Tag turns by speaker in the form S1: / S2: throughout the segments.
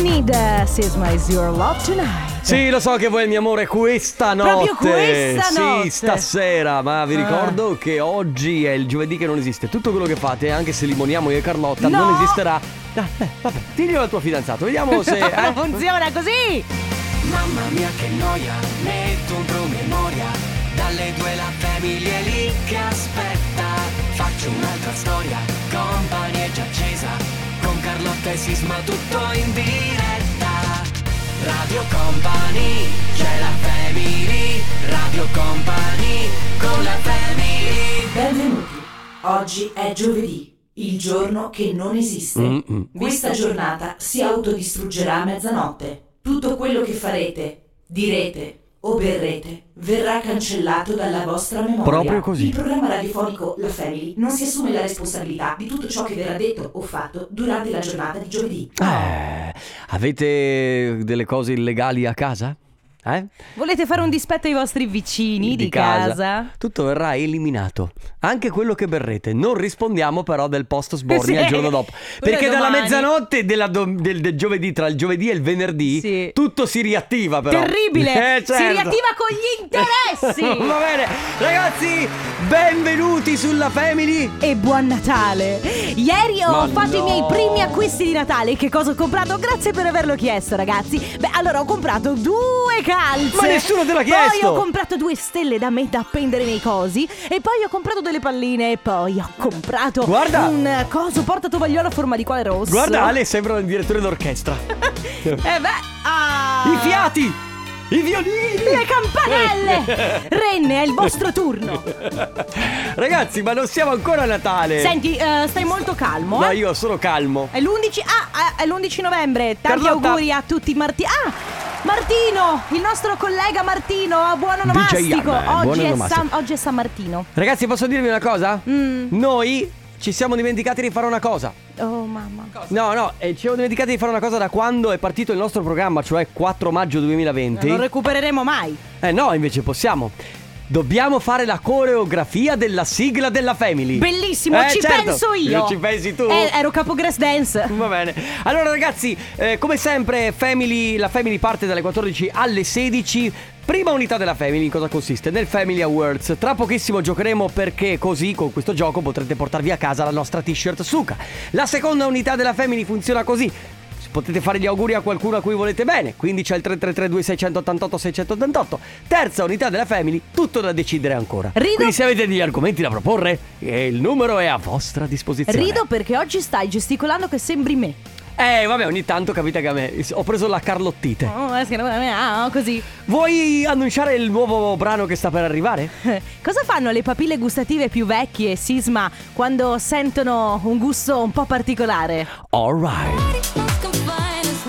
S1: need This is my your love tonight
S2: Sì, lo so che vuoi il mio amore questa notte.
S1: Proprio questa
S2: sì,
S1: notte.
S2: stasera, ma vi
S1: Ah.
S2: ricordo che oggi è il giovedì che non esiste. Tutto quello che fate, anche se limoniamo io e Carlotta,
S1: No.
S2: non esisterà. Ah, eh, vabbè, diglielo al tuo fidanzato, vediamo se eh.
S1: Funziona così
S3: Mamma mia che noia, metto un promemoria Dalle due la famiglia è lì che aspetta Faccio un'altra storia, compagnia è già accesa Con Carlotta e Sisma tutto in diretta Radio Company, c'è la family Radio Company, con la family
S4: Benvenuti. Oggi è giovedì, il giorno che non esiste.
S2: Mm-mm.
S4: Questa giornata si autodistruggerà a mezzanotte. Tutto quello che farete, direte o berrete verrà cancellato dalla vostra memoria.
S2: Proprio così.
S4: Il programma radiofonico La Family non si assume la responsabilità di tutto ciò che verrà detto o fatto durante la giornata di giovedì.
S2: Eh, avete delle cose illegali a casa? Eh?
S1: Volete fare un dispetto ai vostri vicini di, casa?
S2: Tutto verrà eliminato. Anche quello che berrete. Non rispondiamo però del posto sbornia
S1: Sì.
S2: il giorno dopo.
S1: Quello
S2: Perché dalla
S1: domani.
S2: mezzanotte della do- del, del giovedì, tra il giovedì e il venerdì,
S1: Sì.
S2: tutto si riattiva però.
S1: Terribile!
S2: Eh,
S1: Si
S2: certo.
S1: riattiva con gli interessi!
S2: Va bene. Ragazzi, benvenuti sulla Family.
S1: E buon Natale! Ieri ho
S2: Ma
S1: fatto i
S2: no.
S1: miei primi acquisti di Natale. Che cosa ho comprato? Grazie per averlo chiesto, ragazzi. Beh, allora ho comprato due calze.
S2: Ma nessuno te l'ha chiesto!
S1: Poi ho comprato due stelle da me da appendere nei cosi. E poi ho comprato delle palline. E poi ho comprato
S2: Guarda!
S1: un eh, coso portatovagliolo a forma di quale rosso.
S2: Guarda Ale, sembra il direttore d'orchestra.
S1: Eh beh, ah!
S2: I fiati, i violini.
S1: Le campanelle! Renne, è il vostro turno.
S2: Ragazzi, ma non siamo ancora a Natale.
S1: Senti, eh, stai molto calmo.
S2: No,
S1: eh.
S2: io sono calmo.
S1: È l'11 ah, ah, è l'11 novembre. Tanti
S2: Carlotta.
S1: auguri a tutti Marti- Ah! Martino, il nostro collega Martino, a buon onomastico.
S2: Ian, eh, buon
S1: oggi, è
S2: onomastico.
S1: San, oggi è San Martino.
S2: Ragazzi, posso dirvi una cosa?
S1: Mm.
S2: Noi ci siamo dimenticati di fare una cosa.
S1: Oh mamma.
S2: No, no, eh, ci siamo dimenticati di fare una cosa da quando è partito il nostro programma, cioè 4 maggio 2020.
S1: Non recupereremo mai.
S2: Eh no, invece possiamo. Dobbiamo fare la coreografia della sigla della Family.
S1: Bellissimo,
S2: Eh,
S1: ci
S2: certo.
S1: penso io.
S2: Non ci pensi tu?
S1: Eh, ero capo Grass Dance.
S2: Va bene. Allora, ragazzi, eh, come sempre, family, la family parte dalle 14 alle 16. Prima unità della Family in cosa consiste? Nel Family Awards. Tra pochissimo giocheremo perché così con questo gioco potrete portarvi a casa la nostra t-shirt Suka. La seconda unità della Family funziona così. Potete fare gli auguri a qualcuno a cui volete bene, quindi c'è il 3332 688 688. Terza unità della Family, tutto da decidere ancora.
S1: Rido-
S2: Quindi se avete degli argomenti da proporre, eh, il numero è a vostra disposizione.
S1: Rido perché oggi stai gesticolando che sembri me.
S2: Eh, vabbè, ogni tanto capita che a me. Ho preso la Carlottite.
S1: Oh, eh, secondo me, ah, così.
S2: Vuoi annunciare il nuovo brano che sta per arrivare?
S1: Eh, Cosa fanno le papille gustative più vecchie, Sisma, quando sentono un gusto un po' particolare?
S2: Alright.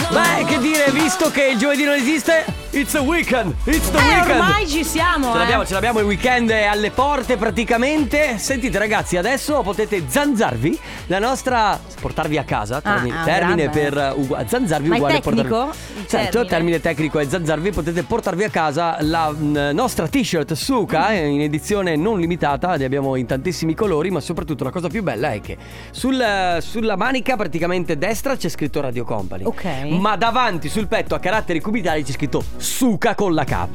S2: Beh, che dire, visto che il giovedì non esiste, it's a weekend. It's the
S1: Eh,
S2: weekend.
S1: ormai ci siamo,
S2: Ce
S1: eh.
S2: l'abbiamo, ce l'abbiamo, il weekend è alle porte praticamente. Sentite ragazzi, adesso potete zanzarvi la nostra... portarvi a casa, termine,
S1: ah,
S2: termine
S1: grande.
S2: per... eh, ugua- zanzarvi
S1: Ma è
S2: uguale
S1: tecnico?
S2: portarvi...
S1: Il
S2: Certo,
S1: termine?
S2: termine tecnico è zanzarvi, potete portarvi a casa la mh, nostra t-shirt
S1: Mm.
S2: Suka eh, in edizione non limitata, ne abbiamo in tantissimi colori, ma soprattutto la cosa più bella è che sul, eh, sulla manica praticamente destra c'è scritto Radio Company.
S1: Ok.
S2: Ma davanti sul petto a caratteri cubitali c'è scritto Suka con la K,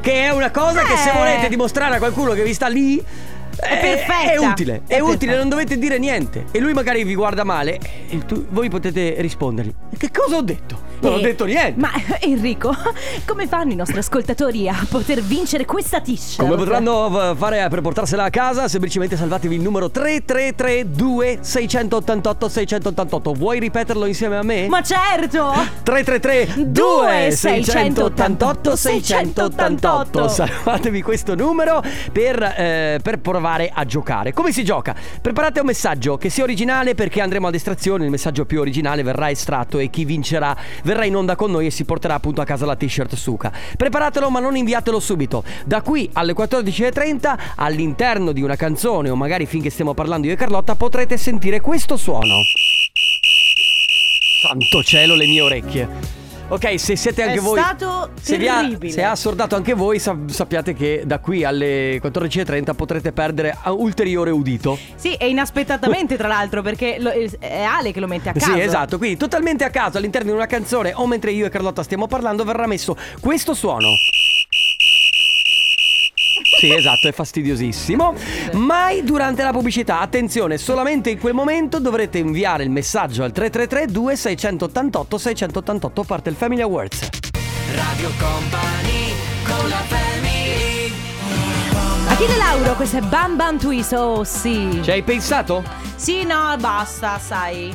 S2: che è una cosa che se
S1: Eh.
S2: volete dimostrare a qualcuno che vi sta lì è,
S1: perfetta.
S2: è utile, è,
S1: È
S2: utile,
S1: perfetta.
S2: non dovete dire niente. E lui magari vi guarda male e tu- voi potete rispondergli: Che cosa ho detto? Non ho
S1: Eh,
S2: detto niente.
S1: Ma Enrico, come fanno i nostri ascoltatori a poter vincere questa t-shirt?
S2: Come potranno eh, fare per portarsela a casa? Semplicemente salvatevi il numero 3332 688 688. Vuoi ripeterlo insieme a me?
S1: Ma certo!
S2: Eh? 333 2688 688 Salvatevi questo numero per, eh, per provare a giocare Come si gioca? Preparate un messaggio che sia originale perché andremo ad estrazione Il messaggio più originale verrà estratto e chi vincerà verrà in onda con noi e si porterà appunto a casa la t-shirt Suka Preparatelo ma non inviatelo subito Da qui alle 14.30 all'interno di una canzone o magari finché stiamo parlando io e Carlotta Potrete sentire questo suono Santo cielo le mie orecchie. Ok, se siete anche
S1: È
S2: voi.
S1: stato
S2: se vi ha-
S1: terribile.
S2: se ha assordato anche voi, sa- sappiate che da qui alle 14.30 potrete perdere a- ulteriore udito.
S1: Sì, e inaspettatamente tra l'altro perché lo- eh, è Ale che lo mette a caso.
S2: Sì, esatto. Quindi totalmente a caso all'interno di una canzone o mentre io e Carlotta stiamo parlando verrà messo questo suono. Sì, esatto, è fastidiosissimo. Mai durante la pubblicità, attenzione, solamente in quel momento dovrete inviare il messaggio al 333 2688 688 parte il Family Awards.
S3: Radio Company con la family
S1: Achille Lauro, questo è Bam Bam Twist, oh sì.
S2: Ci hai pensato?
S1: Sì, no, basta, sai.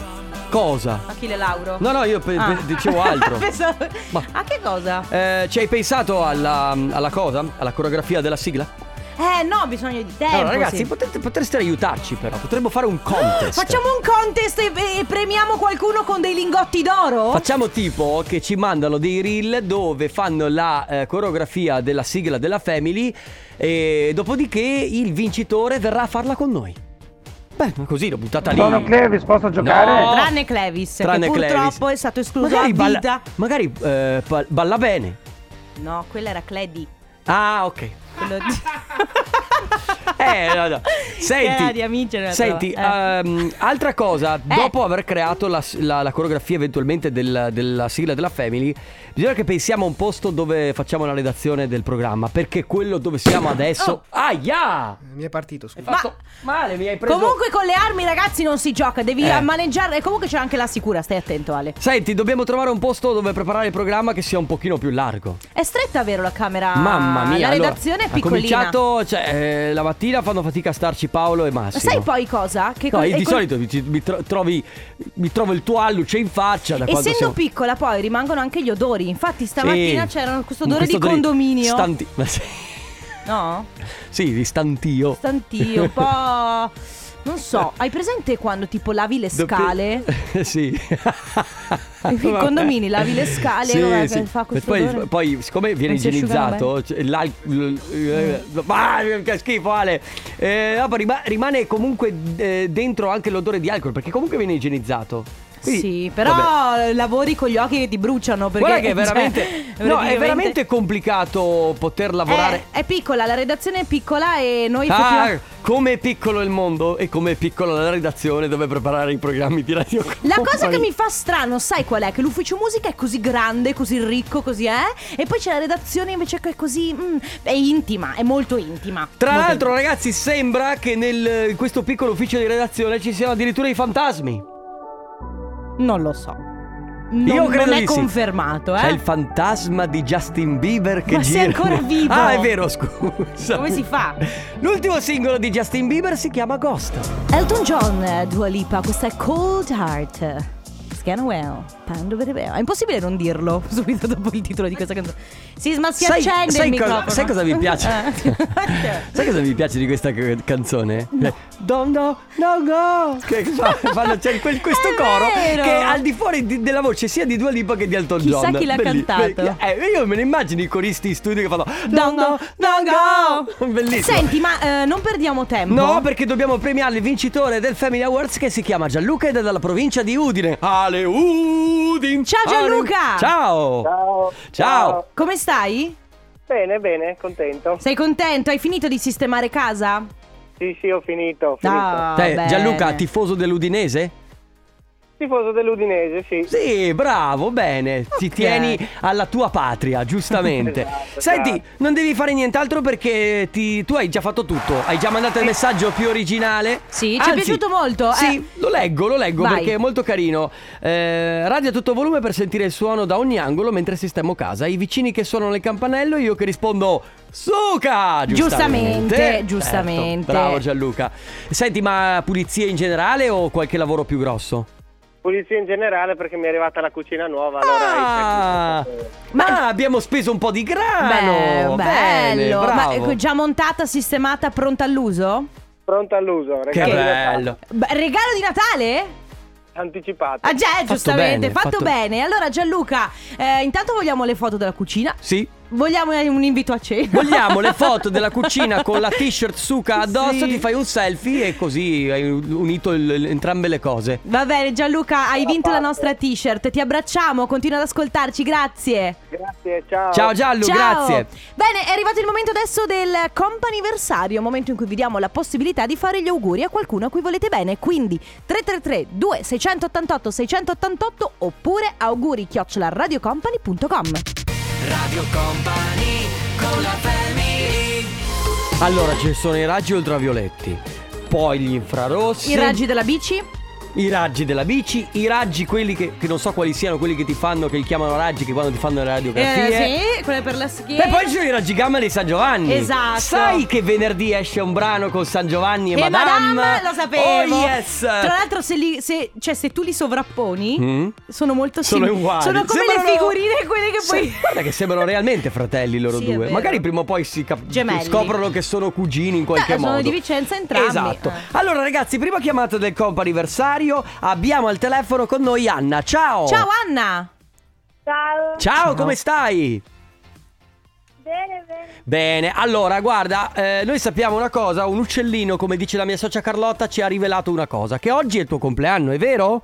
S2: Cosa?
S1: Achille Lauro.
S2: No, no, io pe-
S1: Ah.
S2: pe- dicevo altro.
S1: Pensavo-
S2: Ma-
S1: A che cosa?
S2: Eh, ci hai pensato alla, alla cosa? Alla coreografia della sigla?
S1: Eh no, ho bisogno di tempo.
S2: Allora, ragazzi,
S1: sì.
S2: potete, potreste aiutarci, però. Potremmo fare un contest.
S1: Facciamo un contest e, e premiamo qualcuno con dei lingotti d'oro?
S2: Facciamo tipo che ci mandano dei reel dove fanno la eh, coreografia della sigla della Family e dopodiché il vincitore verrà a farla con noi. Beh, ma così l'ho buttata lì.
S5: Sono Clevis, posso giocare?
S2: No.
S1: Eh, Tranne Clevis,
S2: Tranne
S1: che
S2: Clevis.
S1: purtroppo è stato escluso
S2: magari
S1: a
S2: balla-
S1: vita.
S2: magari eh, pa- balla bene.
S1: No, quella era Cledi.
S2: Ah, ok.
S1: Quello di-
S2: Eh, no, no. Senti,
S1: Era di amici, era eh.
S2: senti
S1: troppo.
S2: ehm, altra cosa,
S1: Eh.
S2: dopo aver creato la, la- la coreografia eventualmente del- della sigla della Family, bisogna che pensiamo a un posto dove facciamo la redazione del programma, perché quello dove siamo adesso... Aia!
S6: Mi è partito, scusa.
S1: Oh. Ma-
S2: Fatto male, mi hai preso...
S1: Comunque con le armi ragazzi non si gioca, devi
S2: Eh.
S1: maneggiare e comunque c'è anche la sicura, stai attento Ale.
S2: Senti, dobbiamo trovare un posto dove preparare il programma che sia un pochino più largo.
S1: È stretta vero la camera?
S2: Mamma mia,
S1: Ah, La
S2: allora,
S1: redazione è piccolina.
S2: Ha cominciato, cioè, eh, la mattina fanno fatica a starci Paolo e Massimo.
S1: Sai poi cosa? Che
S2: No,
S1: co-
S2: io
S1: e
S2: Ecco, di
S1: col-
S2: solito mi, ci- mi tro- trovi, mi trovo il tuo alluce in faccia da quando
S1: Essendo
S2: siamo...
S1: piccola poi rimangono anche gli odori. Infatti stamattina
S2: Sì. Mm,
S1: c'era questo odore
S2: Questo
S1: di condominio.
S2: Stanti... ma sì,
S1: No?
S2: sì, di stantio.
S1: Stantio, un po'... Non so, hai presente quando tipo lavi le scale?
S2: Dopo- sì.
S1: I condomini, lavi le scale, vabbè, fa questo
S2: poi,
S1: odore.
S2: poi, siccome viene
S1: Non si asciugano
S2: igienizzato, cioè, l'al- l- eh, ah, che schifo Ale. Eh, no, ma rima- rimane comunque eh, dentro anche l'odore di alcol, perché comunque viene igienizzato. Quindi,
S1: sì, però
S2: vabbè.
S1: lavori con gli occhi che ti bruciano perché
S2: Guarda che è
S1: cioè,
S2: veramente, no, è
S1: praticamente-
S2: veramente complicato poter lavorare.
S1: Eh, È, piccola, la redazione è piccola e noi
S2: Ah,
S1: effettivamente-
S2: come è piccolo il mondo e come è piccola la redazione dove preparare i programmi di radio.
S1: La
S2: Company.
S1: cosa che mi fa strano, sai qual è? Che l'ufficio musica è così grande, così ricco, così è. E poi c'è la redazione invece che è così. mm, è intima, è molto intima.
S2: Tra
S1: Molto
S2: l'altro, ragazzi, sembra che nel, in questo piccolo ufficio di redazione ci siano addirittura i fantasmi.
S1: intima. Non lo so. Non,
S2: Io credo
S1: non è
S2: di sì.
S1: confermato, eh.
S2: C'è il fantasma di Justin Bieber che
S1: Ma
S2: gira.
S1: sei ancora vivo?
S2: Ah, è vero, scusa.
S1: Come si fa?
S2: L'ultimo singolo di Justin Bieber si chiama Ghost.
S1: Elton John, eh, Dua Lipa, questa è Cold Heart. Scanwell, Pando È impossibile non dirlo subito dopo il titolo di questa canzone. Sisma si
S2: Sai-
S1: accende
S2: sai
S1: il
S2: cosa-
S1: microfono.
S2: sai cosa mi piace?
S1: Eh.
S2: Sai cosa mi piace di questa c- canzone? Eh, Don't go, no go. Che fa- fanno, c'è quel- questo
S1: È
S2: coro
S1: vero.
S2: che è al di fuori di- della voce sia di Dua Lipa che di Elton
S1: Chissà
S2: John.
S1: chi l'ha
S2: Belli-
S1: cantato.
S2: Eh, io me ne immagino i coristi in studio che fanno Don't go,
S1: no,
S2: no go. Bellissimo.
S1: Senti, ma eh, non perdiamo tempo.
S2: No, perché dobbiamo premiare il vincitore del Family Awards che si chiama Gianluca ed è dalla provincia di Udine. Ale Udine.
S1: Ciao, Gianluca.
S2: Ciao.
S5: Ciao.
S2: Ciao.
S1: Come stai?
S5: Bene, bene, contento.
S1: Sei contento? Hai finito di sistemare casa?
S5: Sì, sì, ho finito. ho finito.
S1: Ah,
S2: Te,
S1: bene.
S2: Gianluca, tifoso dell'Udinese?
S5: Tifoso dell'Udinese, sì.
S2: Sì, bravo, bene. Ti
S1: Ok.
S2: tieni alla tua patria, giustamente.
S5: Esatto,
S2: Senti,
S5: esatto.
S2: non devi fare nient'altro perché ti- tu hai già fatto tutto. Hai già mandato il messaggio più originale.
S1: Sì, ci è
S2: Anzi,
S1: piaciuto molto, eh.
S2: Sì, lo leggo, lo leggo
S1: Vai.
S2: perché è molto carino. Eh, radio a tutto volume per sentire il suono da ogni angolo mentre sistemo casa. I vicini che suonano il campanello, io che rispondo. Suca!
S1: Giustamente,
S2: Giustamente,
S1: giustamente.
S2: Certo, bravo Gianluca. Senti, ma pulizie in generale o qualche lavoro più grosso?
S5: Pulizia in generale perché mi è arrivata la cucina nuova. Allora,
S2: Ah, ma
S1: Ma-
S2: abbiamo speso un po' di
S1: Eh, Beh,
S2: grano. Bene,
S1: bello. Ma
S2: bravo.
S1: eh, già montata, sistemata, pronta all'uso?
S5: pronta all'uso.
S2: che
S5: regalo di Natale.
S2: bello.
S1: Beh, regalo di Natale?
S5: Anticipato.
S1: Ah già, giustamente,
S2: bene,
S1: fatto,
S2: fatto-
S1: bene. Allora Gianluca, eh, intanto vogliamo le foto della cucina.
S2: Sì.
S1: Vogliamo un invito a cena.
S2: Vogliamo le foto della cucina con la t-shirt suca addosso,
S1: Sì.
S2: ti fai un selfie e così hai unito il- il- entrambe le cose.
S1: Va bene, Gianluca, hai vinto la nostra t-shirt. Ti abbracciamo, continua ad ascoltarci, grazie.
S5: Grazie, ciao.
S2: Ciao Giallo,
S1: Ciao.
S2: grazie.
S1: Bene, è arrivato il momento adesso del comp'anniversario, momento in cui vi diamo la possibilità di fare gli auguri a qualcuno a cui volete bene. Quindi 333 2688 688 oppure auguri radiocompany.com.
S3: Radio Company con la family
S2: Allora ci sono i raggi ultravioletti, poi gli infrarossi,
S1: I raggi della bici?
S2: i raggi della bici, i raggi quelli che, che non so quali siano, quelli che ti fanno, che li chiamano raggi, che quando ti fanno le radiografie.
S1: Eh, sì, quella per la schiena.
S2: E poi ci sono i raggi gamma di San Giovanni.
S1: Esatto.
S2: Sai che venerdì esce un brano con San Giovanni e,
S1: e Eh, madame, lo sapevo.
S2: Oh yes.
S1: Tra l'altro, se, li- se- cioè, se tu li sovrapponi,
S2: Mm?
S1: sono molto
S2: Sono
S1: simili.
S2: uguali.
S1: Sono come le
S2: Sembrano-
S1: figurine, quelle che poi.
S2: Sì, guarda che sembrano realmente fratelli loro
S1: Sì, è
S2: due.
S1: vero.
S2: Magari prima o poi si cap-
S1: Gemelli.
S2: scoprono che sono cugini in qualche
S1: Eh, sono
S2: modo.
S1: di Vicenza entrambi.
S2: Esatto.
S1: Eh.
S2: Allora ragazzi, prima chiamata del comp anniversario, abbiamo al telefono con noi Anna. Ciao.
S1: Ciao Anna!
S6: Ciao.
S2: Ciao, come stai?
S6: Bene, bene.
S2: Bene, allora guarda, eh, noi sappiamo una cosa, un uccellino, come dice la mia socia Carlotta, ci ha rivelato una cosa, che oggi è il tuo compleanno, è vero?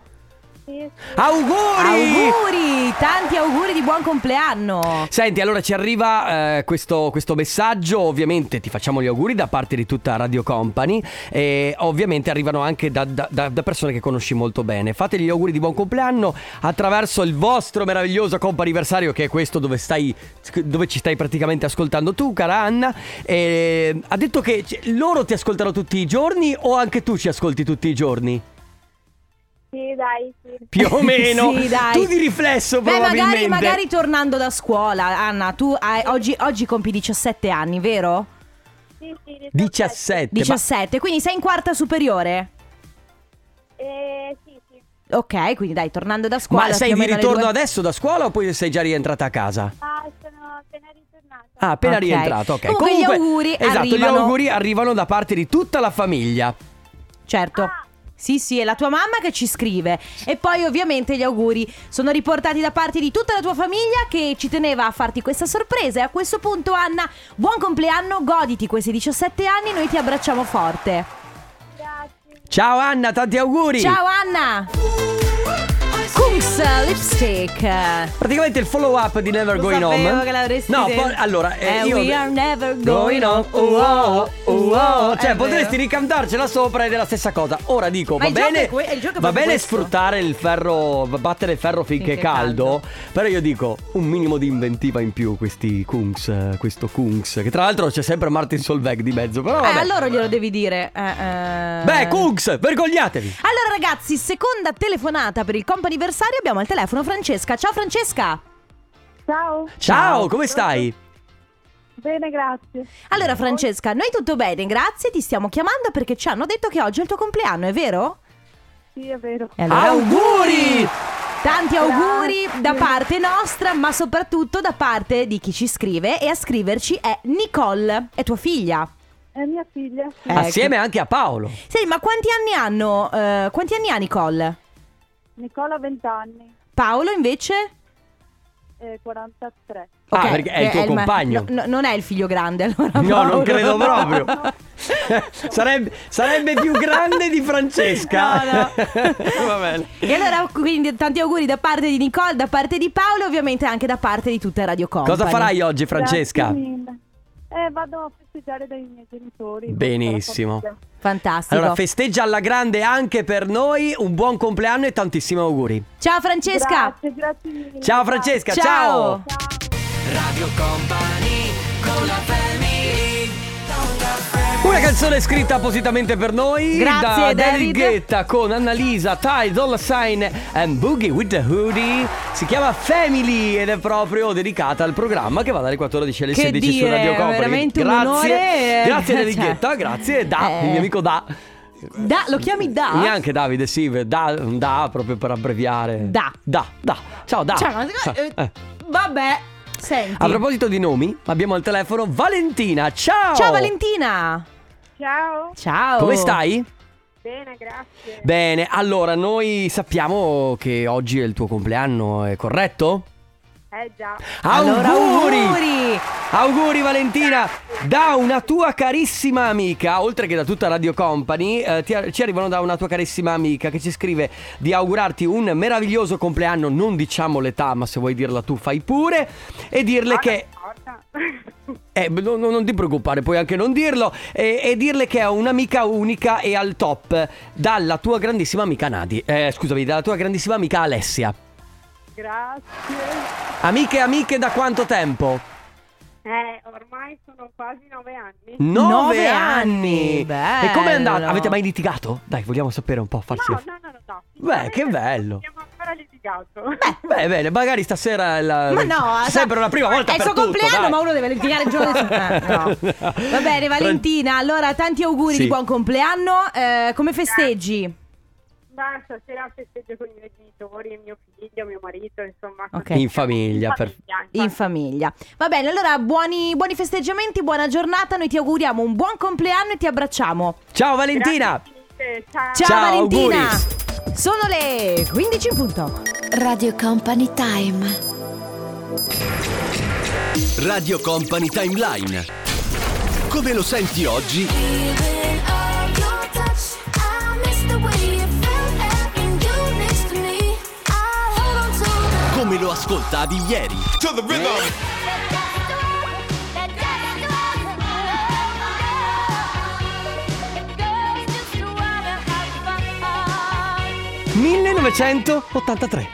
S6: Sì,
S2: Auguri!
S1: Auguri! Tanti auguri di buon compleanno!
S2: Senti, allora ci arriva eh, questo, questo messaggio, ovviamente ti facciamo gli auguri da parte di tutta Radio Company e ovviamente arrivano anche da, da- da- da persone che conosci molto bene. Fategli gli auguri di buon compleanno attraverso il vostro meraviglioso comp'anniversario che è questo dove, stai, dove ci stai praticamente ascoltando tu, cara Anna. E, ha detto che c- loro ti ascoltano tutti i giorni o anche tu ci ascolti tutti i giorni?
S6: sì, dai, sì.
S2: Più o meno.
S1: Sì, dai.
S2: Tu di riflesso
S1: Beh,
S2: probabilmente.
S1: magari, magari tornando da scuola, Anna, tu hai- oggi, oggi compi 17 anni, vero?
S6: Sì, sì, rispetto-
S2: 17. ma-
S1: 17, quindi sei in quarta superiore.
S6: Eh, sì, sì.
S1: Ok, quindi dai, tornando da scuola.
S2: Ma sei
S1: più o
S2: di
S1: meno alle
S2: ritorno
S1: due-
S2: adesso da scuola oppure sei già rientrata a casa?
S6: Ah, sono appena ritornata.
S2: Ah, appena
S1: Ok.
S2: rientrato, ok.
S1: Comunque gli auguri
S2: esatto,
S1: arrivano-
S2: gli auguri arrivano da parte di tutta la famiglia.
S1: Certo.
S6: Ah.
S1: Sì, sì, è la tua mamma che ci scrive. E poi ovviamente gli auguri sono riportati da parte di tutta la tua famiglia che ci teneva a farti questa sorpresa. E a questo punto, Anna, buon compleanno, goditi questi 17 anni, noi ti abbracciamo forte.
S6: Grazie.
S2: Ciao Anna, tanti auguri.
S1: Ciao Anna! Kungs Lipstick.
S2: Praticamente il follow up di Never
S1: Lo
S2: Going
S1: sapevo
S2: Home.
S1: che l'avresti
S2: no,
S1: detto.
S2: poi- allora, eh,
S1: Eh,
S2: io
S1: we are never going
S2: Oh,
S1: home.
S2: oh, oh, oh.
S1: È vero.
S2: Cioè, potresti ricantarcela sopra ed è la stessa cosa. Ora dico,
S1: Ma
S2: va
S1: il gioco
S2: bene,
S1: è que- il gioco è
S2: va
S1: proprio
S2: bene
S1: questo.
S2: sfruttare il ferro, battere il ferro finché,
S1: Finché
S2: è
S1: è
S2: caldo,
S1: caldo.
S2: però io dico un minimo di inventiva in più questi Kungs, eh, questo Kungs, che tra l'altro c'è sempre Martin Solveig di mezzo, però
S1: Eh,
S2: vabbè.
S1: allora glielo devi dire. Eh, eh.
S2: Oh, Beh, Kungs, vergognatevi.
S1: Allora ragazzi, seconda telefonata per il comp'anniversario abbiamo al telefono Francesca. Ciao Francesca!
S6: Ciao.
S2: Ciao, come stai?
S6: Bene, grazie.
S1: Allora Francesca, noi tutto bene, grazie, ti stiamo chiamando perché ci hanno detto che oggi è il tuo compleanno, è vero?
S6: Sì, è vero.
S1: E allora,
S2: auguri!
S1: Tanti auguri
S6: Grazie.
S1: da parte nostra, ma soprattutto da parte di chi ci scrive e a scriverci è Nicole, è tua figlia.
S6: È mia figlia. sì.
S1: Ecco.
S2: Assieme anche a Paolo.
S1: Senti, ma quanti anni hanno? eh, quanti anni ha Nicole?
S6: Nicola, 20 anni.
S1: Paolo invece?
S6: eh, 43.
S2: Ah,
S1: Ok,
S2: perché è il
S1: che
S2: tuo
S1: ma-
S2: compagno.
S1: no, no, non è il figlio grande allora.
S2: No,
S1: Paolo.
S2: non credo proprio. sarebbe, sarebbe più grande di Francesca.
S1: No, no.
S2: Va bene.
S1: E allora quindi tanti auguri da parte di Nicole, da parte di Paolo e ovviamente anche da parte di tutta Radio Company.
S2: Cosa farai oggi, Francesca?
S6: Grazie mille. Eh, vado a festeggiare dai miei genitori. con tutta la
S2: Benissimo.
S6: famiglia.
S1: Fantastico.
S2: Allora, festeggia alla grande anche per noi. Un buon compleanno e tantissimi auguri.
S1: Ciao Francesca.
S6: Grazie, grazie mille.
S2: Ciao, Francesca. Ciao.
S6: Ciao.
S3: Radio Company con la family
S2: Una canzone scritta appositamente per noi da
S1: Grazie,
S2: David
S1: David.
S2: Guetta con Annalisa, Ty Dolla Sign and Boogie with the Hoodie. Si chiama Family ed è proprio dedicata al programma che va dalle 14 alle
S1: Che
S2: 16 su
S1: dire,
S2: Radio Company.
S1: veramente un
S2: grazie,
S1: onore.
S2: Grazie David
S1: Cioè.
S2: Guetta, grazie Da,
S1: Eh.
S2: il mio amico Da.
S1: Da, lo chiami Da?
S2: Neanche Davide, sì, da, da proprio per abbreviare.
S1: Da.
S2: Da, da. Ciao Da.
S1: Cioè, ma secondo-
S2: Eh.
S1: eh, vabbè, senti.
S2: A proposito di nomi, abbiamo al telefono Valentina. Ciao!
S1: Ciao Valentina. Oh.
S6: Ciao.
S1: Ciao.
S2: Come stai?
S6: Bene, grazie.
S2: Bene, allora noi sappiamo che oggi è il tuo compleanno, è corretto?
S6: Eh già.
S1: Allora, auguri!
S2: Eh, Auguri Valentina! Da una tua carissima amica, oltre che da tutta Radio Company, eh, ti- ci arrivano da una tua carissima amica che ci scrive di augurarti un meraviglioso compleanno, non diciamo l'età, ma se vuoi dirla tu fai pure, e dirle che...
S6: Guarda.
S2: eh, beh, no- no- non ti preoccupare, puoi anche non dirlo, e, e dirle che è un'amica unica e al top dalla tua grandissima amica Nadi, eh, scusami, dalla tua grandissima amica Alessia.
S6: Grazie.
S2: Amiche e amiche da quanto tempo?
S6: Eh, ormai sono quasi nove anni.
S2: Nove
S1: Nove
S2: anni!
S1: anni.
S2: E com'è andata?
S1: Bello.
S2: Avete mai litigato? Dai, vogliamo sapere un po', farci.
S6: No, no, no, no, no.
S2: Beh, che bello.
S6: Abbiamo ancora litigato.
S2: Beh, bene, magari stasera è la...
S1: Ma no, sa-
S2: sempre la prima volta
S1: È il
S2: per
S1: suo
S2: tutto,
S1: compleanno,
S2: dai.
S1: ma uno deve litigare il giorno. del suo- eh, no. Va bene, Valentina. Allora, tanti auguri
S2: Sì.
S1: di buon compleanno. Eh, come festeggi?
S6: Ma stasera festeggio con i miei genitori, mio figlio, mio marito, insomma.
S1: Ok.
S2: In famiglia, per-
S1: In famiglia. Va bene, allora buoni, buoni festeggiamenti, buona giornata. Noi ti auguriamo un buon compleanno e ti abbracciamo.
S2: Ciao Valentina!
S1: Ciao,
S2: Ciao,
S1: Valentina.
S2: auguri.
S1: Sono le 15 in punto.
S7: Radio Company Time.
S8: Radio Company Timeline. Come lo senti oggi? Come lo ascoltavi ieri?
S9: Thank
S2: 1983.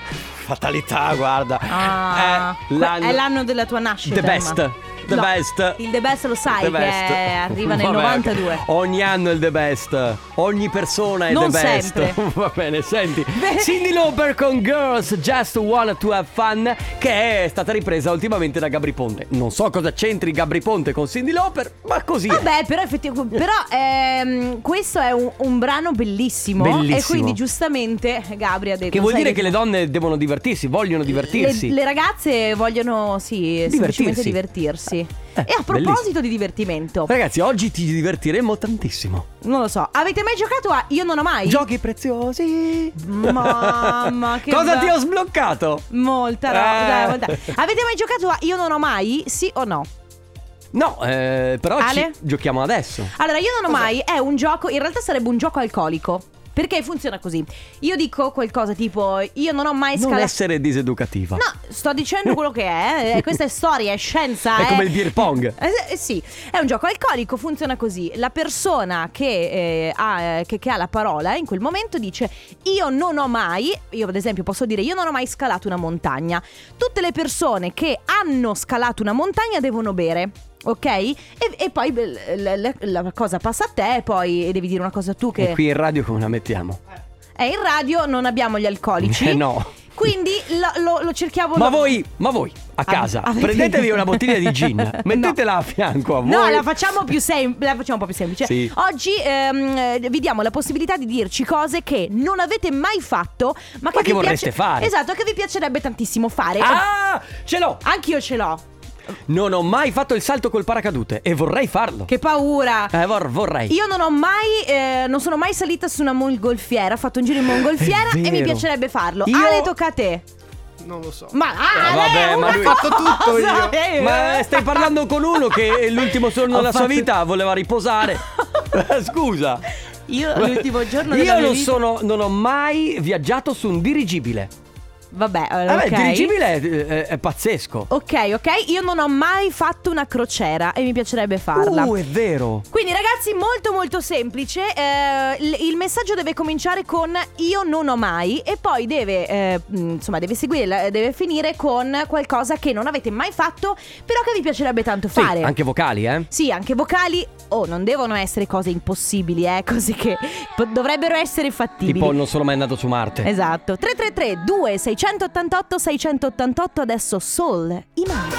S2: Fatalità, guarda.
S1: Ah,
S2: è
S1: que-
S2: l'anno...
S1: è l'anno della tua nascita.
S2: Eh, The best.
S1: ma-
S2: The
S1: No,
S2: best.
S1: Il The Best lo sai che
S2: The best.
S1: è- arriva nel
S2: Vabbè,
S1: 92.
S2: Ogni anno è il the best. Ogni persona è
S1: Non
S2: the best.
S1: sempre.
S2: Va bene, senti.
S1: Bene.
S2: Cindy Lauper con Girls Just Want to Have Fun che è stata ripresa ultimamente da Gabri Ponte. Non so cosa c'entri Gabri Ponte con Cindy Lauper, ma così. è.
S1: Vabbè, però effettivamente. Però ehm, questo è un, un brano bellissimo, E
S2: Bellissimo.
S1: quindi giustamente Gabri ha detto.
S2: Che vuol
S1: "Sai
S2: dire che le donne devono divertirsi, vogliono divertirsi.
S1: Le, le ragazze vogliono, sì, semplicemente divertirsi.
S2: Eh,
S1: e a proposito
S2: bellissimo. Eh.
S1: di divertimento,
S2: Ragazzi, oggi ti divertiremo tantissimo.
S1: non lo so, avete mai giocato a Io non ho mai?
S2: Giochi preziosi.
S1: Mamma, che
S2: Cosa
S1: be-
S2: ti ho sbloccato?
S1: Molta
S2: Eh.
S1: roba. dai, molta- Avete mai giocato a Io non ho mai? Sì o no?
S2: No, eh, però ci-
S1: Ale?
S2: giochiamo adesso.
S1: Allora, io non ho mai è un gioco, in realtà sarebbe un gioco alcolico. Perché funziona così. Io dico qualcosa tipo io non ho mai
S2: Non
S1: scalato
S2: essere diseducativa.
S1: No, sto dicendo quello che è. eh, Questa è storia, è scienza.
S2: È come il beer pong.
S1: Eh, eh, sì, è un gioco alcolico, funziona così. La persona che, eh, ha, eh, che- che ha la parola in quel momento dice io non ho mai, io ad esempio posso dire io non ho mai scalato una montagna. Tutte le persone che hanno scalato una montagna devono bere. Ok? E, e poi beh, l- l- la cosa passa a te e poi devi dire una cosa tu
S2: E
S1: che...
S2: qui in radio come la mettiamo?
S1: È in radio, non abbiamo gli alcolici.
S2: Eh, no.
S1: Quindi lo, lo- lo cerchiamo...
S2: Ma
S1: lo-
S2: voi, ma voi, a
S1: Ah,
S2: casa,
S1: avete-
S2: prendetevi una bottiglia di gin,
S1: No.
S2: mettetela a fianco a voi.
S1: No, la facciamo, più sem- la facciamo un po' più semplice.
S2: Sì.
S1: Oggi ehm, eh, vi diamo la possibilità di dirci cose che non avete mai fatto, ma che,
S2: Ma che
S1: vi
S2: vorreste
S1: piace-
S2: fare.
S1: Esatto, che vi piacerebbe tantissimo fare. Ecco,
S2: Ah, ce l'ho!
S1: Anch'io ce l'ho.
S2: Non ho mai fatto il salto col paracadute e vorrei farlo.
S1: Che paura.
S2: Eh, vor- vorrei.
S1: Io non ho mai, eh, non sono mai salita su una mongolfiera. Ho fatto un giro in mongolfiera
S2: È
S1: e mi
S2: vero.
S1: piacerebbe farlo.
S2: Io- Eh,
S1: Ale, tocca a te.
S10: Non lo so.
S1: Ma ah, Ale,
S2: vabbè, ma
S1: una
S2: lui-
S1: cosa-
S10: Ho fatto tutto io.
S1: Eh.
S2: Ma stai parlando con uno che l'ultimo giorno
S1: Ho
S2: della sua
S1: fatto-
S2: vita voleva riposare. Scusa.
S1: Io l'ultimo giorno della
S2: Io
S1: mia
S2: non,
S1: vita-
S2: sono, non ho mai viaggiato su un dirigibile.
S1: Vabbè, allora,
S2: Vabbè,
S1: ok.
S2: il dirigibile è, è- è pazzesco.
S1: Ok, ok, io non ho mai fatto una crociera e mi piacerebbe farla.
S2: Uh, è vero.
S1: Quindi ragazzi, molto molto semplice, Eh, il- il messaggio deve cominciare con io non ho mai e poi deve, eh, mh, insomma, deve seguire, la- deve finire con qualcosa che non avete mai fatto, però che vi piacerebbe tanto
S2: Sì,
S1: fare.
S2: anche vocali, eh.
S1: Sì, anche vocali, oh, non devono essere cose impossibili, eh, cose che po- dovrebbero essere fattibili.
S2: Tipo non sono mai andato su Marte.
S1: Esatto, 333 2688 688 adesso Soul, Imani.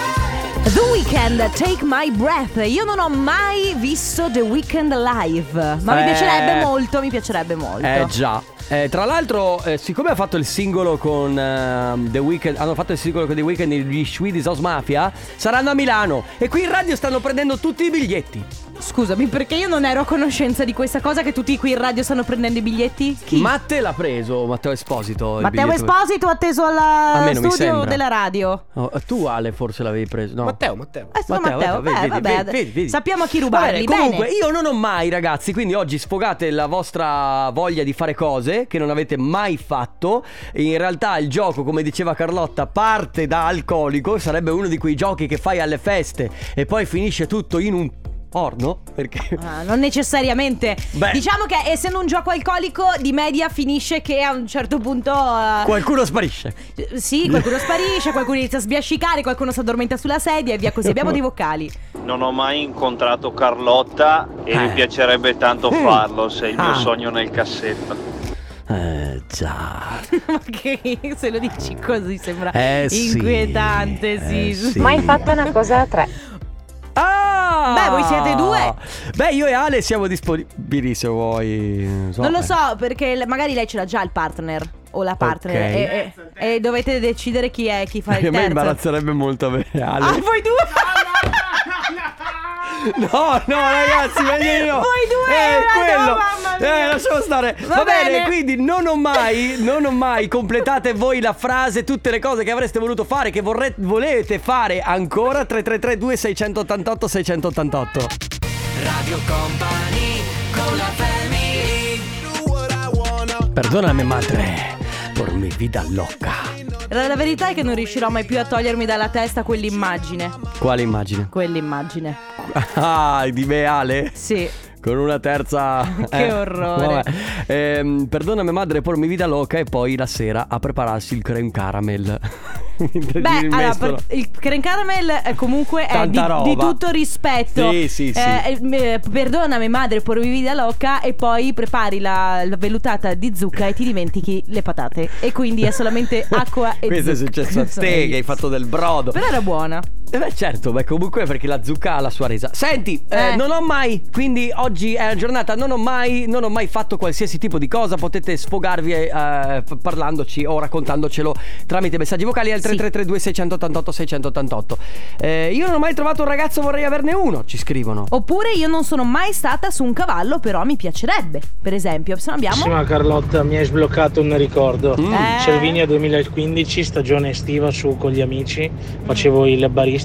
S1: The Weeknd, Take My Breath. Io non ho mai visto The Weeknd live, ma mi
S2: Eh.
S1: piacerebbe molto, mi piacerebbe molto.
S2: Eh già. Eh, tra l'altro, eh, siccome ha fatto il singolo con ehm, The Weeknd, hanno fatto il singolo con The Weeknd gli Swedish House Mafia, saranno a Milano e qui in radio stanno prendendo tutti i biglietti.
S1: Scusami, perché io non ero a conoscenza di questa cosa che tutti qui in radio stanno prendendo i biglietti? Chi?
S2: Matte l'ha preso, Matteo Esposito. il
S1: Matteo
S2: biglietto.
S1: Esposito atteso
S2: A
S1: al
S2: me non mi
S1: studio
S2: sembra.
S1: della radio.
S2: Oh, tu Ale forse l'avevi preso, no?
S9: Matteo, Matteo.
S1: Eh, sono Matteo,
S2: vedi,
S1: Beh,
S2: vedi,
S1: vabbè,
S2: vedi, vedi, vedi.
S1: sappiamo a chi
S2: Va
S1: rubarli.
S2: bene, comunque, io non ho mai, ragazzi, quindi oggi sfogate la vostra voglia di fare cose che non avete mai fatto. In realtà il gioco, come diceva Carlotta, parte da alcolico, sarebbe uno di quei giochi che fai alle feste e poi finisce tutto in un porno, perché
S1: Ah, non necessariamente.
S2: Beh.
S1: Diciamo che essendo un gioco alcolico, di media finisce che a un certo punto. eh,
S2: qualcuno sparisce.
S1: sì, qualcuno sparisce, qualcuno inizia a sbiascicare, qualcuno si addormenta sulla sedia e via così. Abbiamo dei vocali.
S10: Non ho mai incontrato Carlotta e
S2: Eh.
S10: mi piacerebbe tanto
S2: Mm.
S10: farlo, sei il mio
S2: Ah.
S10: sogno nel cassetto.
S2: Eh, già.
S1: ok, se lo dici così sembra
S2: Eh, sì.
S1: inquietante. Sì.
S2: Eh, sì.
S6: Mai fatto una cosa a tre.
S2: Ah!
S1: Beh, voi siete due.
S2: Beh, io e Ale siamo disponibili se vuoi.
S1: Non lo so, perché l- magari lei ce l'ha già il partner o la partner.
S2: Ok.
S1: e- E, e dovete decidere chi è, chi fa
S2: A
S1: il
S2: me
S1: terzo.
S2: imbarazzerebbe molto avere Ale.
S1: Ah, voi due?
S2: No, no, ragazzi, meglio di no.
S1: Voi due,
S2: Eh,
S1: no,
S2: quello.
S1: mamma mia.
S2: Eh, lasciamo stare. Va,
S1: Va
S2: bene.
S1: bene.
S2: quindi non ho mai, non ho mai completate voi la frase, tutte le cose che avreste voluto fare, che vorre- volete fare ancora 333 2688 688.
S3: Radio Company con la family
S2: Perdonami, madre. Por mi vida loca.
S1: La, la verità è che non riuscirò mai più a togliermi dalla testa quell'immagine.
S2: Quale immagine?
S1: Quell'immagine.
S2: Ah, di me Ale.
S1: Sì.
S2: Con una terza. eh,
S1: Che orrore.
S2: vabbè. Ehm, perdonami, madre, pormi vida loca e poi la sera a prepararsi il creme caramel. Mentre
S1: Beh,
S2: giri il
S1: allora,
S2: mestolo.
S1: per- il creme caramel eh, comunque è di,
S2: Tanta roba.
S1: di tutto rispetto.
S2: Sì, sì, sì.
S1: Eh, eh, perdonami madre, pormi via loca e poi prepari la, la vellutata di zucca e ti dimentichi le patate. E quindi è solamente acqua e
S2: Questo è
S1: zucca.
S2: successo a
S1: Sono
S2: te
S1: io.
S2: che hai fatto del brodo.
S1: Però era buona.
S2: Eh beh, certo, beh, comunque perché la zucca ha la sua resa. Senti, eh,
S1: Eh.
S2: non ho mai, quindi oggi è la giornata, non ho mai, non ho mai fatto qualsiasi tipo di cosa. Potete sfogarvi eh, eh, f- parlandoci o raccontandocelo tramite messaggi vocali al
S1: Sì.
S2: 3332 688 688. Eh, io non ho mai trovato un ragazzo, vorrei averne uno, ci scrivono.
S1: Oppure io non sono mai stata su un cavallo, però mi piacerebbe. Per esempio, se no abbiamo...
S5: Bravissima Carlotta, mi hai sbloccato un ricordo.
S2: Mm.
S1: Eh.
S5: Cervinia 2015, stagione estiva su con gli amici, facevo il barista.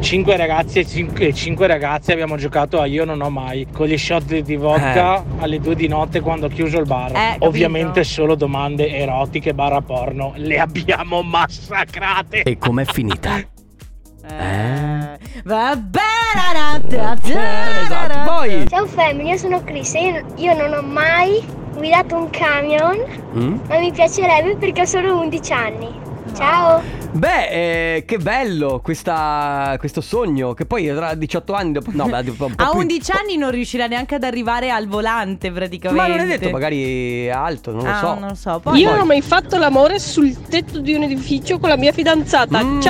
S5: Cinque ragazzi e cinque, cinque ragazze abbiamo giocato a Io non ho mai con gli shot di vodka alle due di notte quando ho chiuso il bar.
S1: Eh, capito.
S5: Ovviamente solo domande erotiche barra porno, le abbiamo massacrate.
S2: E com'è finita?
S1: Eh. Vabbè, la notte.
S2: Eh, esatto. Poi
S6: Ciao family, io sono Chris e io non ho mai guidato un camion,
S2: Mm?
S6: ma mi piacerebbe perché ho solo 11 anni. Ciao!
S2: Beh, eh, che bello questa- questo sogno. Che poi tra 18 anni. Dopo, no, beh, dopo un po'
S1: A
S2: più-
S1: 11 anni non riuscirà neanche ad arrivare al volante praticamente.
S2: Ma non è detto, magari è alto, non lo
S1: Ah,
S2: so.
S1: non lo so. Poi-
S2: Io non ho mai
S6: fatto l'amore sul tetto di un edificio con la mia fidanzata.
S2: Mm.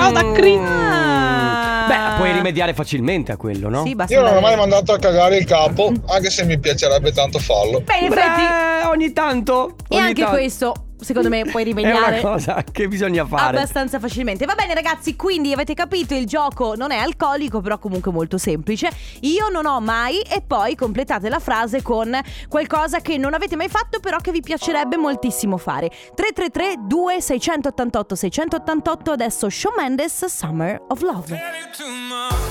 S1: Ah.
S2: Beh, puoi rimediare facilmente a quello, no?
S1: Sì, basta.
S10: Io non ho mai
S1: andare-
S10: mandato a cagare il capo, anche se mi piacerebbe tanto farlo.
S1: Beh, in
S2: Beh,
S1: effetti-
S2: ogni tanto.
S1: E
S2: ogni
S1: anche
S2: tanto.
S1: questo, secondo me, puoi
S2: È una
S1: rimediare.
S2: cosa che bisogna fare.
S1: Abbastanza facilmente. Va bene, ragazzi. Quindi avete capito: il gioco non è alcolico, però comunque molto semplice. Io non ho mai. E poi completate la frase con qualcosa che non avete mai fatto, però che vi piacerebbe moltissimo fare. 333-2688-688. Adesso Shawn Mendes, Summer of Love.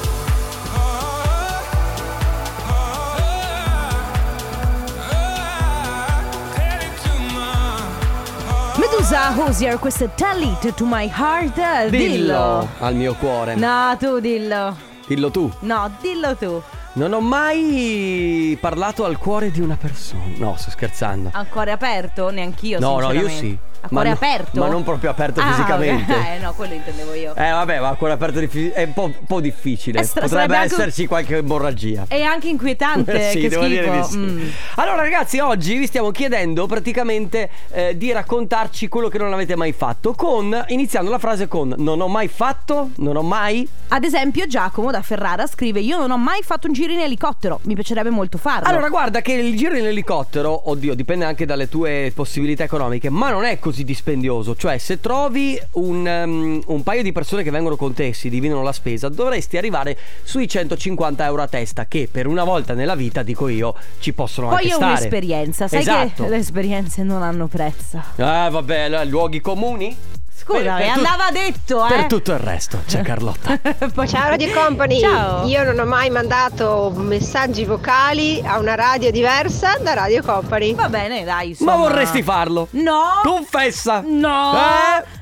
S1: Medusa Hosier, questo è Tell It to My Heart. eh,
S2: Dillo al mio cuore.
S1: No, tu dillo.
S2: Dillo tu.
S1: No, dillo tu.
S2: Non ho mai parlato al cuore di una persona. No, sto scherzando.
S1: Ah. Al cuore aperto? Neanch'io.
S2: no, no, io
S1: sinceramente.
S2: sì.
S1: A cuore
S2: no-
S1: aperto?
S2: ma non proprio aperto
S1: Ah,
S2: fisicamente.
S1: ok. Eh, no, quello intendevo io.
S2: Eh vabbè, ma cuore aperto di fi- è un po', un po' difficile.
S1: Eh, stra-
S2: Potrebbe
S1: sarebbe anche un-
S2: esserci qualche emorragia.
S1: È anche inquietante.
S2: Eh, sì,
S1: che
S2: devo
S1: schifo.
S2: dire di sì.
S1: Mm.
S2: Allora, ragazzi, oggi vi stiamo chiedendo praticamente eh, di raccontarci quello che non avete mai fatto. Con iniziando la frase con non ho mai fatto, non ho mai.
S1: Ad esempio, Giacomo da Ferrara scrive: Io non ho mai fatto un giro in elicottero. Mi piacerebbe molto farlo.
S2: Allora, guarda che il giro in elicottero, oddio, dipende anche dalle tue possibilità economiche, ma non è così dispendioso. Cioè, se trovi un, ehm, un paio di persone che vengono con te e si dividono la spesa, dovresti arrivare sui 150 euro a testa, che per una volta nella vita, dico io, ci possono
S1: Poi
S2: anche
S1: è
S2: stare.
S1: un'esperienza. Sai
S2: esatto.
S1: che le esperienze non hanno prezzo.
S2: Ah, vabbè, allora, luoghi comuni?
S1: Scusa,
S2: Per- per tut-
S1: andava detto, eh.
S2: Per tutto il resto, c'è Carlotta.
S1: Poi-
S9: Ciao Radio Company,
S1: Ciao.
S9: io non ho mai mandato messaggi vocali a una radio diversa da Radio Company.
S1: Va bene, dai.
S2: Ma
S1: insomma.
S2: vorresti farlo?
S1: No.
S2: Confessa!
S1: No.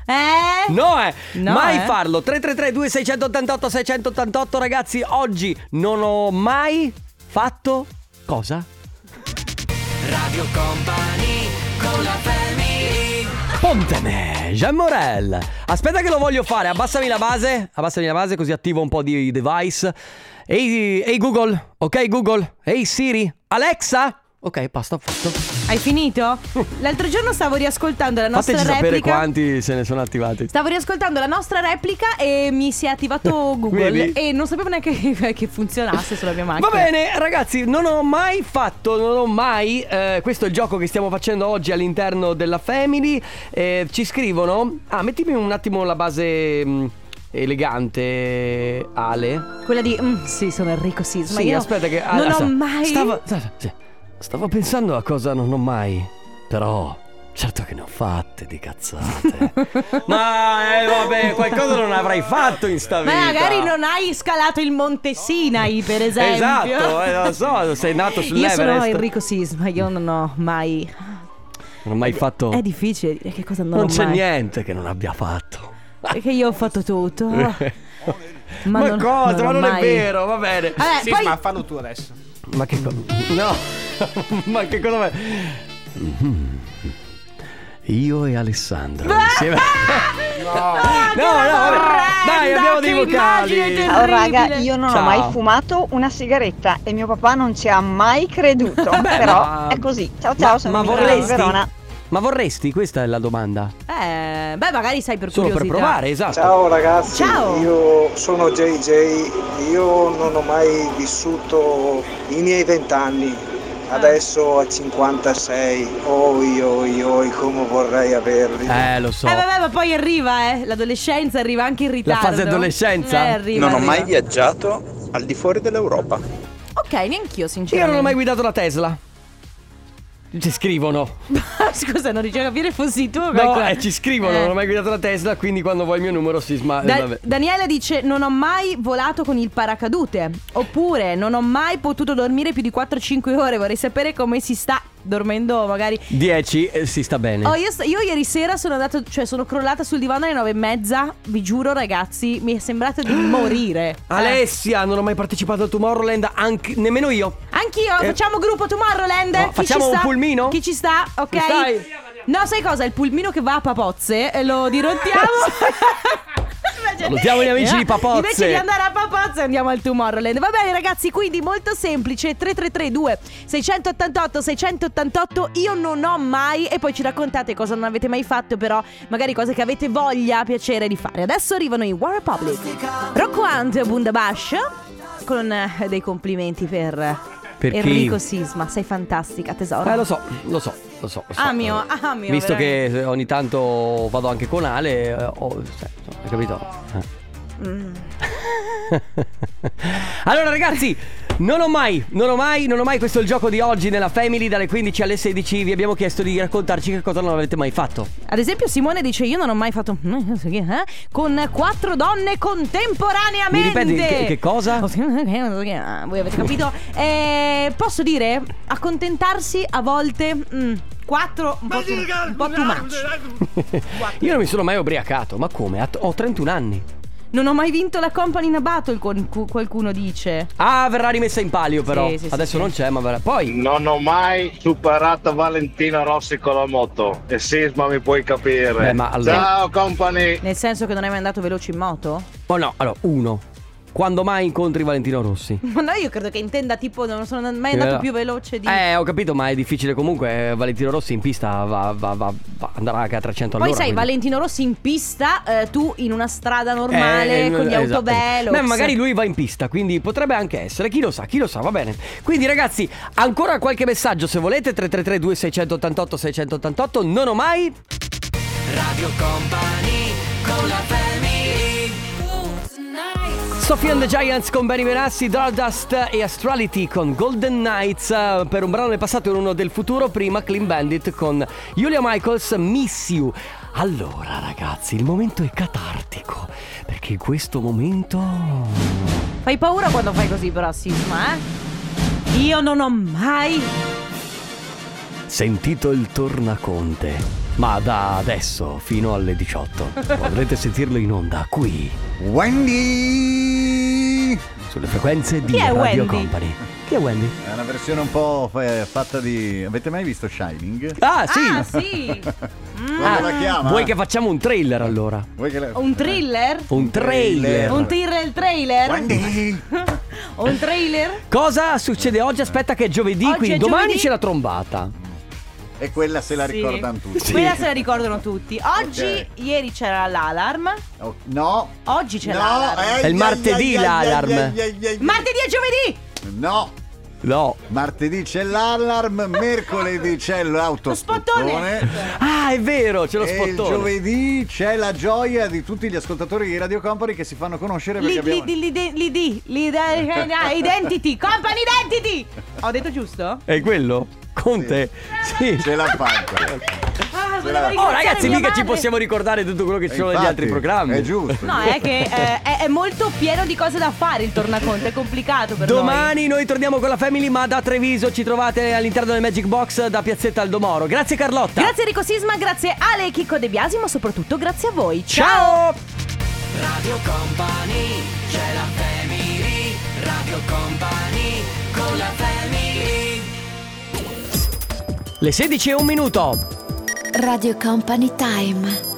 S2: Eh?
S1: Eh?
S2: No, eh.
S1: No,
S2: mai
S1: eh.
S2: farlo. 333 2688 688 ragazzi, oggi non ho mai fatto cosa?
S3: Radio Company con la family
S2: Pontene, Jean Morel. Aspetta che lo voglio fare, abbassami la base, abbassami la base così attivo un po' di device. Ehi, ehi Google, ok Google, ehi Siri, Alexa? Ok, basta, ho fatto.
S1: Hai finito? L'altro giorno stavo riascoltando la nostra
S2: Fateci sapere
S1: replica.
S2: quanti se ne sono attivati.
S1: Stavo riascoltando la nostra replica e mi si è attivato Google
S2: Vedi?
S1: e non sapevo neanche che funzionasse sulla mia macchina.
S2: Va bene, ragazzi, non ho mai fatto, non ho mai. eh, questo è il gioco che stiamo facendo oggi all'interno della Family. Eh, ci scrivono. Ah, mettimi un attimo la base mh, elegante, Ale.
S1: Quella di mm, sì, sono Enrico Sisma.
S2: sì,
S1: Io
S2: aspetta, che. ah,
S1: non ho
S2: sta-
S1: mai.
S2: Stavo, sta- sì, stavo pensando a cosa non ho mai. Però. Certo che ne ho fatte di cazzate. Ma eh, vabbè, qualcosa non avrai fatto in sta
S1: Ma
S2: vita.
S1: magari non hai scalato il Monte Sinai, per esempio.
S2: Esatto, eh, lo so, sei nato
S1: Io sono
S2: sull'Everest.
S1: Enrico Sisma, io non ho mai.
S2: Non ho mai fatto.
S1: È difficile dire che cosa non,
S2: Oh. non
S1: ho
S2: c'è
S1: mai.
S2: niente che non abbia fatto.
S1: Perché io ho fatto tutto. Ma, non-
S2: cosa? ma
S1: ho
S2: non
S1: mai-
S2: è vero, va bene.
S1: Vabbè, poi
S11: fallo tu adesso.
S2: Ma che cosa? No, ma che cosa? Mm-hmm. Io e Alessandro insieme.
S1: Ah, che
S2: No, no,
S1: roba
S2: vabbè.
S1: orrenda,
S2: Dai, abbiamo dei
S1: che
S2: vocali. Oh,
S1: immagine
S2: Ciao,
S9: Ciao
S1: terribile.
S9: raga, io non
S2: Ciao.
S9: ho mai fumato una sigaretta e mio papà non ci ha mai creduto,
S2: Beh,
S9: però
S2: ma-
S9: è così. Ciao ciao, sono
S2: ma
S9: Michela di
S2: vorresti?
S9: Verona.
S2: Ma vorresti? Questa è la domanda.
S1: Eh, beh, magari sai per
S2: Solo per
S1: curiosità.
S2: provare, esatto.
S11: Ciao ragazzi,
S1: Ciao.
S11: io sono JJ, io non ho mai vissuto i miei vent'anni,
S1: Eh.
S11: adesso a 56, oi oi oi come vorrei averli.
S2: Eh, lo so.
S1: Eh vabbè, ma poi arriva, eh. L'adolescenza arriva anche in
S2: La
S1: ritardo.
S2: fase adolescenza?
S1: Eh, arriva. arriva.
S11: viaggiato al di fuori dell'Europa.
S1: Ok, neanch'io,
S2: Io
S1: sinceramente.
S2: non ho mai guidato la Tesla. Ci scrivono.
S1: Scusa, non riuscivo a capire fossi tu.
S2: No,
S1: qualcosa.
S2: eh, ci scrivono.
S1: Eh.
S2: Non ho mai guidato la Tesla, quindi quando vuoi il mio numero si sma. eh,
S1: Da-
S2: vabbè.
S1: Daniela dice: Non ho mai volato con il paracadute. Oppure non ho mai potuto dormire più di 4-5 ore. Vorrei sapere come si sta dormendo, magari.
S2: 10 eh, si sta bene.
S1: Oh, io, st- io ieri sera sono andata, cioè sono crollata sul divano alle 9 e mezza. Vi giuro, ragazzi, mi è sembrato di morire. Eh.
S2: Alessia, non ho mai partecipato al Tomorrowland, anche, nemmeno io.
S1: Anch'io,
S2: Eh.
S1: facciamo gruppo Tomorrowland.
S2: No,
S1: Chi
S2: facciamo
S1: ci
S2: un
S1: sta?
S2: pulmino?
S1: Chi ci sta? Ok.
S2: Ci stai?
S1: No, sai cosa? Il pulmino che va a Papozze, eh, lo dirottiamo.
S2: Salutiamo gli amici
S1: Eh,
S2: di Papozze.
S1: Invece di andare a Papozze andiamo al Tomorrowland. Va bene ragazzi, quindi molto semplice. 3332 688 688 io non ho mai e poi ci raccontate cosa non avete mai fatto però magari cose che avete voglia, piacere di fare. Adesso arrivano i War Republic. Rocco Hunt e Bundabash con eh, dei complimenti per eh,
S2: Per chi?
S1: Enrico Sisma, sei fantastica tesoro.
S2: Eh, lo so, lo so, lo so. lo so.
S1: Oh. Ah, mio,
S2: Eh,
S1: ah, mio,
S2: Visto
S1: veramente.
S2: che ogni tanto vado anche con Ale, eh, ho- cioè, insomma, hai capito? Eh.
S1: Mm.
S2: allora, ragazzi, non ho mai, non ho mai, non ho mai. Questo è il gioco di oggi nella Family. Dalle 15 alle 16 vi abbiamo chiesto di raccontarci che cosa non avete mai fatto.
S1: Ad esempio Simone dice io non ho mai fatto eh, con quattro donne
S2: Mi
S1: contemporaneamente.
S2: ripeti che, che cosa?
S1: Ah, Voi avete capito? Eh, posso dire, accontentarsi a volte mm, quattro un po' too- un po' too much.
S2: Io non mi sono mai ubriacato, ma come? Ho 31 anni.
S1: Non ho mai vinto la company in a battle, con- cu- qualcuno dice.
S2: Ah, verrà rimessa in palio però.
S1: Sì, sì, sì,
S2: Adesso
S1: sì.
S2: non c'è, ma verrà. Poi
S12: Non ho mai superato Valentino Rossi con la moto. E Sisma mi puoi capire.
S2: Beh, Eh, ma allora-
S12: Ciao company!
S1: Nel senso che non è mai andato veloce in moto?
S2: Oh no, allora, uno. Quando mai incontri Valentino Rossi?
S1: Ma no, io credo che intenda tipo non sono mai
S2: Sì,
S1: andato
S2: vero.
S1: più veloce di...
S2: Eh, ho capito, ma è difficile comunque. eh, Valentino Rossi in pista va, va, va, va- andrà anche a 300
S1: Poi
S2: all'ora.
S1: sai,
S2: quindi.
S1: Valentino Rossi in pista, eh, tu in una strada normale,
S2: Eh,
S1: con gli
S2: esatto.
S1: autovelox.
S2: Beh, magari lui va in pista, quindi potrebbe anche essere. Chi lo sa, chi lo sa, va bene. Quindi, ragazzi, ancora qualche messaggio se volete. 333 2688 688 Non ho mai.
S3: Radio Company con la family
S2: Sophie and the Giants con Benny Benassi, Dardust e Astrality con Golden Knights eh, per un brano del passato e uno del futuro, prima Clean Bandit con Julia Michaels, Miss You. Allora ragazzi, il momento è catartico, perché in questo momento...
S1: Fai paura quando fai così però, Sisma, eh? Io non ho mai...
S2: Sentito il tornaconte, ma da adesso fino alle 18 potrete sentirlo in onda qui. Wendy! Sulle frequenze di
S13: Chi è
S2: Radio
S13: Wendy?
S2: Company. Chi è Wendy?
S13: È una versione un po' eh, fatta di... Avete mai visto Shining?
S2: Ah, sì! Ah,
S1: sì! Mm.
S13: Come la chiama?
S2: Vuoi che facciamo un trailer allora?
S13: Vuoi che la-
S1: Un thriller?
S2: Un trailer.
S1: Un thriller trailer? un trailer?
S2: Cosa succede oggi? Aspetta che è giovedì,
S1: Oggi
S2: quindi
S1: è
S2: domani
S1: giovedì.
S2: c'è la trombata.
S13: E quella se la
S1: Sì.
S13: ricordano tutti.
S1: Quella se la ricordano tutti. Oggi,
S13: Ok.
S1: ieri c'era l'alarm.
S13: Oh, No.
S1: Oggi c'è
S13: No,
S1: l'alarm.
S13: eh, È il ai, martedì ai, ai, l'alarm. ai,
S1: Martedì e giovedì!
S13: No.
S2: No.
S13: Martedì c'è l'allarm, mercoledì c'è l'autospottone.
S2: Ah, è vero, c'è lo
S13: e il
S2: spottone.
S13: giovedì c'è la gioia di tutti gli ascoltatori di Radio Company che si fanno conoscere perché
S1: Lì, lì,
S13: abbiamo...
S1: lì, lì, lì, lì, lì, lì, lì, Identity, company identity! Ho detto giusto? Ah,
S2: È quello? Conte? Sì.
S13: Ce l'ha fatta.
S1: Ah, volevo
S2: Oh
S1: ringraziare
S2: ragazzi,
S1: mia
S2: mica ci
S1: madre.
S2: possiamo ricordare tutto quello che ci sono negli
S13: Infatti,
S2: altri programmi.
S13: è giusto.
S1: No, è che eh, è, è molto pieno di cose da fare il tornaconto, è complicato per noi.
S2: Domani noi torniamo con la Family, ma da Treviso ci trovate all'interno del Magic Box da Piazzetta Aldomoro. Grazie Carlotta.
S1: Grazie Enrico Sisma, grazie Ale e Chicco De Biasi, ma soprattutto grazie a voi.
S2: Ciao!
S3: Radio Company c'è la family Radio Company con la family
S2: Le 16 e un minuto.
S7: Radio Company Time.